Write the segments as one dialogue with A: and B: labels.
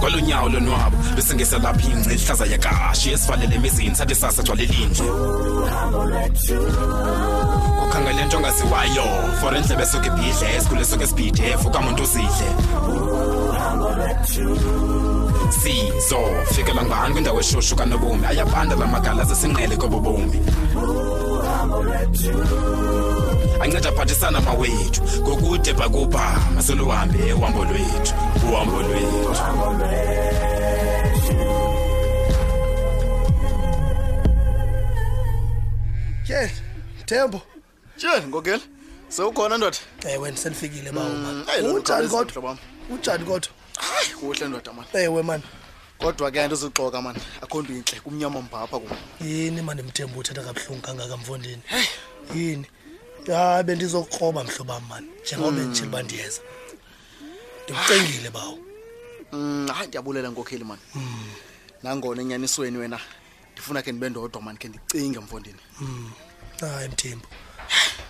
A: kwalonyawo lonwabo besingesa lapha ingci ihlaza yakashi esivalele emizini sathi sasa jwalelinje ukhangele nto ongaziwayo for endlebe esuke ibhidle esikhule esuke esibhidef ukamuntu uzidle sizo fikela ngani kwindawo eshushu kanobomi ayabanda la magala zesinqele kobobomi anceda aphathisana mawethu ngokude bhakubha masoluhambe uhambo lwethu uhambo lwethu
B: ke thembo
C: tyheni ngokele sewukhona ndoda
B: ewe ndisendifikile
C: Mm, eyi, lo
B: bawo
C: mhlobo
B: unjani
C: wezi-
B: kodwa
C: mhlobo wam.
B: unjani kodwa
C: hayi kuhle ndoda mani
B: ewe mani
C: kodwa ke andizuxoka mani akho nto intle kumnyama mbapha kum
B: yini mani mthembu uthetha kabuhlungu kangaka mfondini yini hayi bendizokroba mhlobam mani njengoba
C: Mm.
B: benditshile uba ndiyeza ndimcengile bawo
C: Mm, hayi ndiyabulela nkokheli mani nangona enyanisweni wena ndifuna ke ndibe ndodwa mani ke ndicinge mfondini
B: hayi mthembu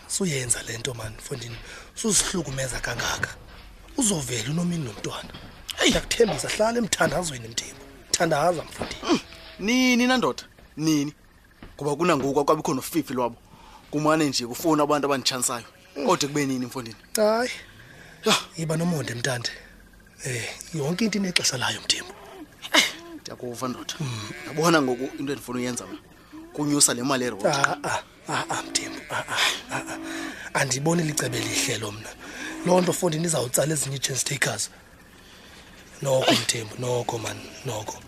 B: suyenza le nto mani mfondini suzihlukumeza kangaka uzovela unomini nomntwana ndiyakuthembisa hlala emthandazweni mthembu thandaza mfondini
C: Mm. nini nandoda nini ngoba kunangoku akwabikho nofifi lwabo kumane nje kufuna abantu abanditshanisayo kodwa kube nini mfondini
B: hayi
C: Yho.
B: yiba nomonde mntande eh yonke into inexesha layo mthembu
C: ndiyakuva ndoda yabona ngoku into endifuna uyenza mna kunyusa le mali erot
B: Ah, ah, ah, ah, mthembu ah, ah, ah, ah. andiyiboni licebe lihlelo mna loo nto fundi nizawutsala ezinye i-chance takers noko mthembu noko mani noko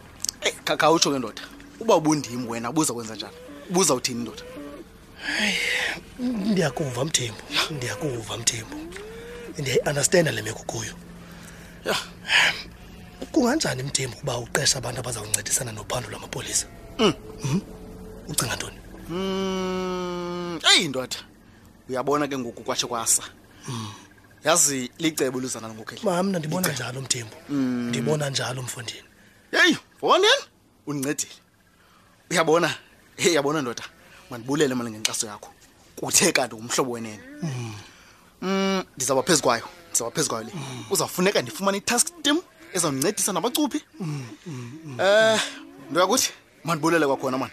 C: khawutsho Eh, ke ndoda uba ubundim wena buza kwenza njani buza uthini ndoda
B: ndiyakuva mthembu ndiyakuva mthembu ndiyayiunderstanda le meko kuyo
C: ya
B: kunganjani mthembu uba uqesha abantu abazawuncedisana nophando lwamapolisa Mhm. ucinga ntoni
C: Mm, eyi ndoda uyabona ke ngoku kwatsho kwasa yazi licebo luzana ngokheli
B: ma mna ndibona njalo mthembu ndibona njalo mfondini
C: yeyi fondeni undincedile uyabona heyi yabona ndoda mandibulele mna ngenkxaso yakho kuthe kanti umhlobo wenene um ndizawuba phezu kwayo ndizawuba phezu kwayo le uzawufuneka ndifumane i-task team ezawundincedisa nabacuphi um nto yakuthi mandibulele kwakhona mani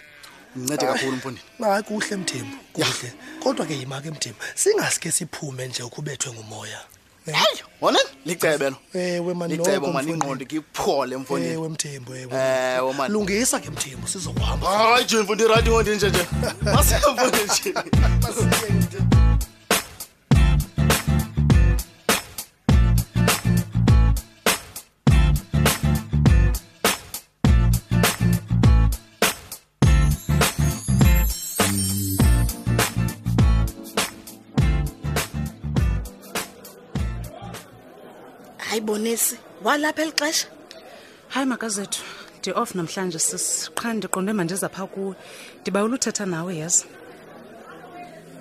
C: undincede kakhulu mfondini
B: hayi kuhle mthembu kuhle kodwa ke yima ke mthembu singaske siphume nje ukubethwe ngumoya
C: hayi woneni licebe lo
B: ewe mani
C: licebo
B: noko, Eh,
C: mani
B: mfondini. Eh,
C: ingqondo ke iphole
B: ewe
C: mfondini
B: mthembu
C: Ewe,
B: ewe
C: mani.
B: lungisa ke mthembu sizokuhamba
C: hayi je mfondini rayithi ngondini nje nje masemfondini nje
D: hayi bonesi walapha eli xesha
E: hayi makazethu ndi-off namhlanje sis qha ndiqonde mandiza phaa kuwe ndibawula uthetha nawe yazi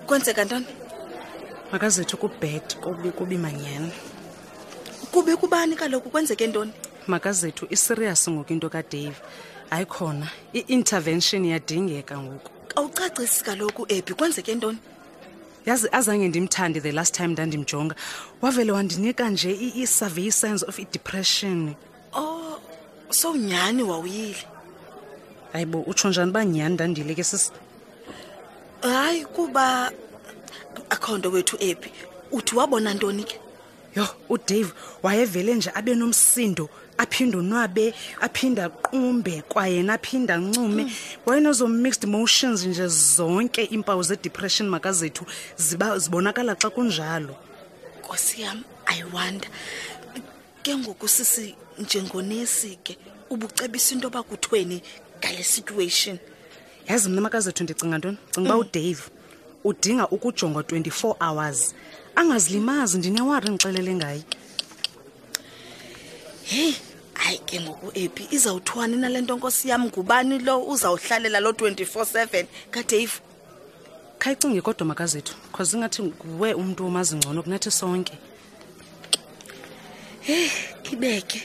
D: kwenzeka ntoni
E: makazethu kubhet kubi kubi manyhani
D: kubi kubani kaloku kwenzeke ntoni
E: makazethu isiriyasi ngoku into kadave hayi khona i-intervention iyadingeka ngoku
D: awucacisi kaloku ebhi kwenzeke ntoni
E: yazi azange ndimthande the last time ndandimjonga wavele wandinika nje i- i-survey signs of i-depression
D: o so nyhani Oh, wawuyile
E: hayi bo utsho njani uba nyhani ndandile ke sis
D: hayi kuba akho nto wethu ebhi uthi wabona ntoni ke
E: yho udave wayevele nje abe nomsindo aphinde onwabe aphinde aqumbe kwayena aphinde ancume wayenozo mixed motions nje zonke iimpawu zedepression makazethu ziba zibonakala xa kunjalo
D: nkosi yam ayiwanda ke ngoku sisi njengonesi ke ubucebisa into yoba kuthweni ngale situation
E: yazi mna makazethu ndicinga ntoni cinga uba udave udinga ukujongwa 24 hours angazilimazi ndinewari ndixelele ngaye
D: heyi hayi ke ngoku ebhi izawuthiwani nale nto nkosi yam ngubani lo uzawuhlalela lo 24 7 kadave
E: khayicinge kodwa makazethu cause ingathi nguwe umntu omazi ngcono kunathi sonke
D: ibeke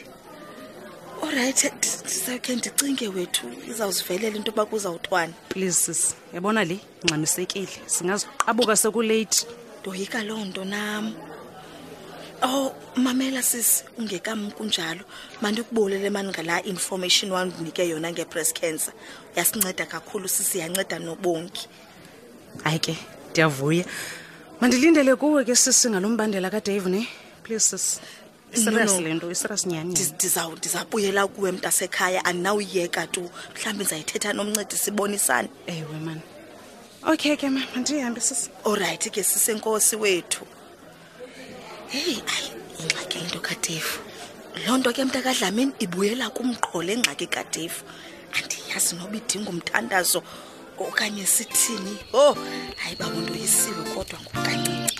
D: olrayithi ndizawukhe ndicinge wethu izawuzivelela into yoba kuzawuthwani
E: please sis yabona le ngxamisekile singaziqabuka sekuleyithi
D: ndoyika loo nto nam Oh mamela sisi ungekamkunjalo mandikubolele mani ngala information wandinike yona ngepress cancer yasinceda kakhulu sisi yanceda nobonke
E: hayi ke ndiyavuya mandilindele kuwe ke sisi ngalo mbandela kadave ne please sis
D: No,
E: isirasi
D: no.
E: le nto isirasi nyhani
D: Ndiz- ndiza- ndizabuyela kuwe mntasekhaya andinawuyeka tu mhlawumbi ndizayithetha nomncedisi bonisane
E: ewe mani okay ke ma mandihambe sisi
D: olrayithi ke sisenkosi wethu heyi ayi ingxaki into kadefu loo nto ke mnta kadlamini ibuyela kumqho le ngxaki kadefu andiyazi noba idinga umthandazo okanye sithini oh hayi babuntoyisiwe kodwa ngokukancinci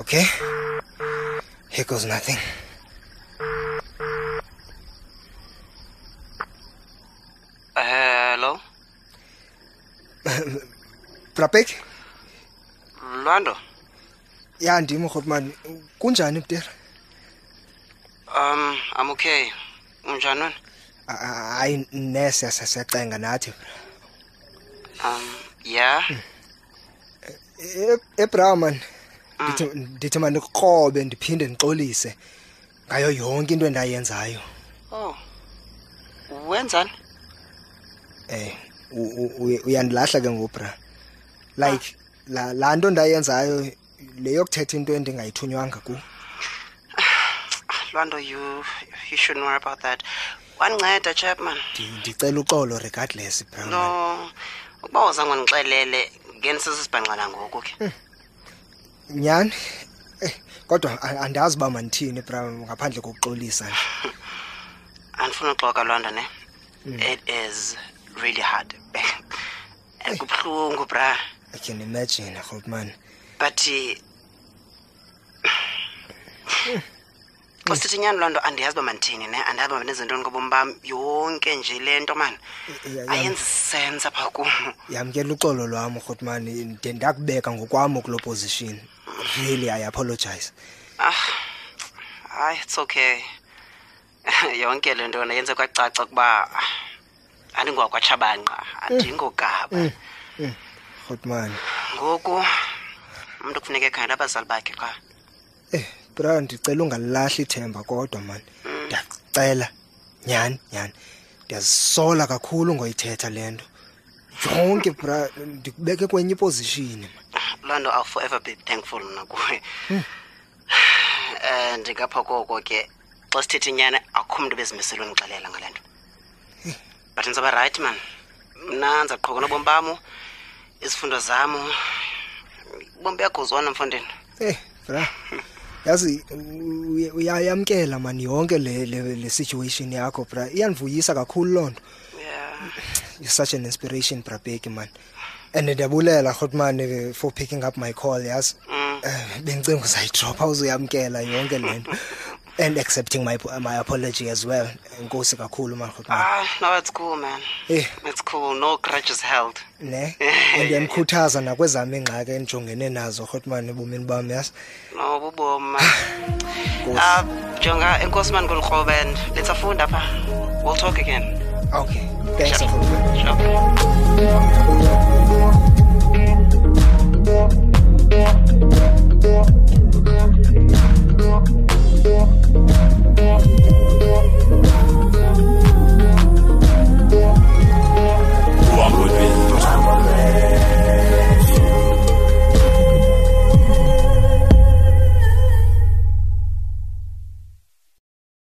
F: Okay. Here goes nothing.
G: Hello,
F: Brapek?
G: Lwando.
F: Ya ndim Godman. Kunjani mtera?
G: Um, I'm okay. Unjani wena?
F: Hayi nese siyacenga nathi.
G: Um, yeah.
F: E, Ebrahman. Ndithi ndithi manje qobe ndiphinde ndixolise ngayo yonke into endayenzayo.
G: Oh. Wenzani?
F: Eh u- u- uye- uyandilahla ke ngobra. Like la la nto ndayenzayo leyokuthetha into endingayithunywanga ku.
G: Lwando you you shouldn't worry about that. Wanceda Chapman.
F: Ndi- Ndicela uxolo regardless bro.
G: No. Ukuba uzange undixelele ngenisizisibhanqana ngoku ke.
F: nyhani Eh, kodwa a- andazi uba mandithini bram ngaphandle kokuxolisa nje
G: Andifuna uxoka Lwando ne. It is really hard. Eh, Kubhlungu bra.
F: i can imagine rhotman
G: But eh, Usithi nyani loo nto andiyazi uba mandithini ne andiyazi uba mandenzentoni ngobomi bam yonke nje le nto mani
F: ya- ya-
G: ayenzi sense apha kum
F: yamkela uxolo lwam rhotman de ndakubeka ngokwam kulo position really i apologize
G: ah hayi it's okay yonke le nto nayenze kwacaca ukuba andingowakwatshabanqa andingogaba
F: Mm. rhotman
G: ngoku umntu kufuneka ekhangela abazali bakhe qha
F: eh bra ndicela ungalilahli ithemba kodwa mani ndiyakucela nyhani nyhani ndiyazisola kakhulu ngoyithetha le nto yonke bra ndikubeke kwenye iposishini
G: loo nto i'll forever be thankful mna kuwe um ndingapha koko ke xa sithetha inyani akho mntu bezimisele undixelela ngale nto but ndizawuba rayithi man mna ndizaqhoka nobomi bam izifundo zam ubomi buyagozwana mfondini
F: Eh, bra. Yazi uye- uyayamkela man yonke le le, le situation yakho bra. Iyandivuyisa kakhulu lonto.
G: yeah
F: You're such an inspiration bra Bheki man. And ndiyabulela Hotman eh, for picking up my call yazi.
G: Mm.
F: Eh, Bengicinga uzayidropa uzoyamkela yonke lento. And accepting my my apology as well. Inkosi kakhulu man Hotman.
G: ah no it's cool man
F: Eh.
G: it's cool no grudges held
F: Ne? Ngiyamkhuthaza nakwezami ingxaki enijongene nazo Hotman ebomini bami yazi.
G: no bubomi man ah jonga enkosi mani kolu krobe and letsafunda pha we'll talk again
F: Okay. Thanks Hotman.
G: sure.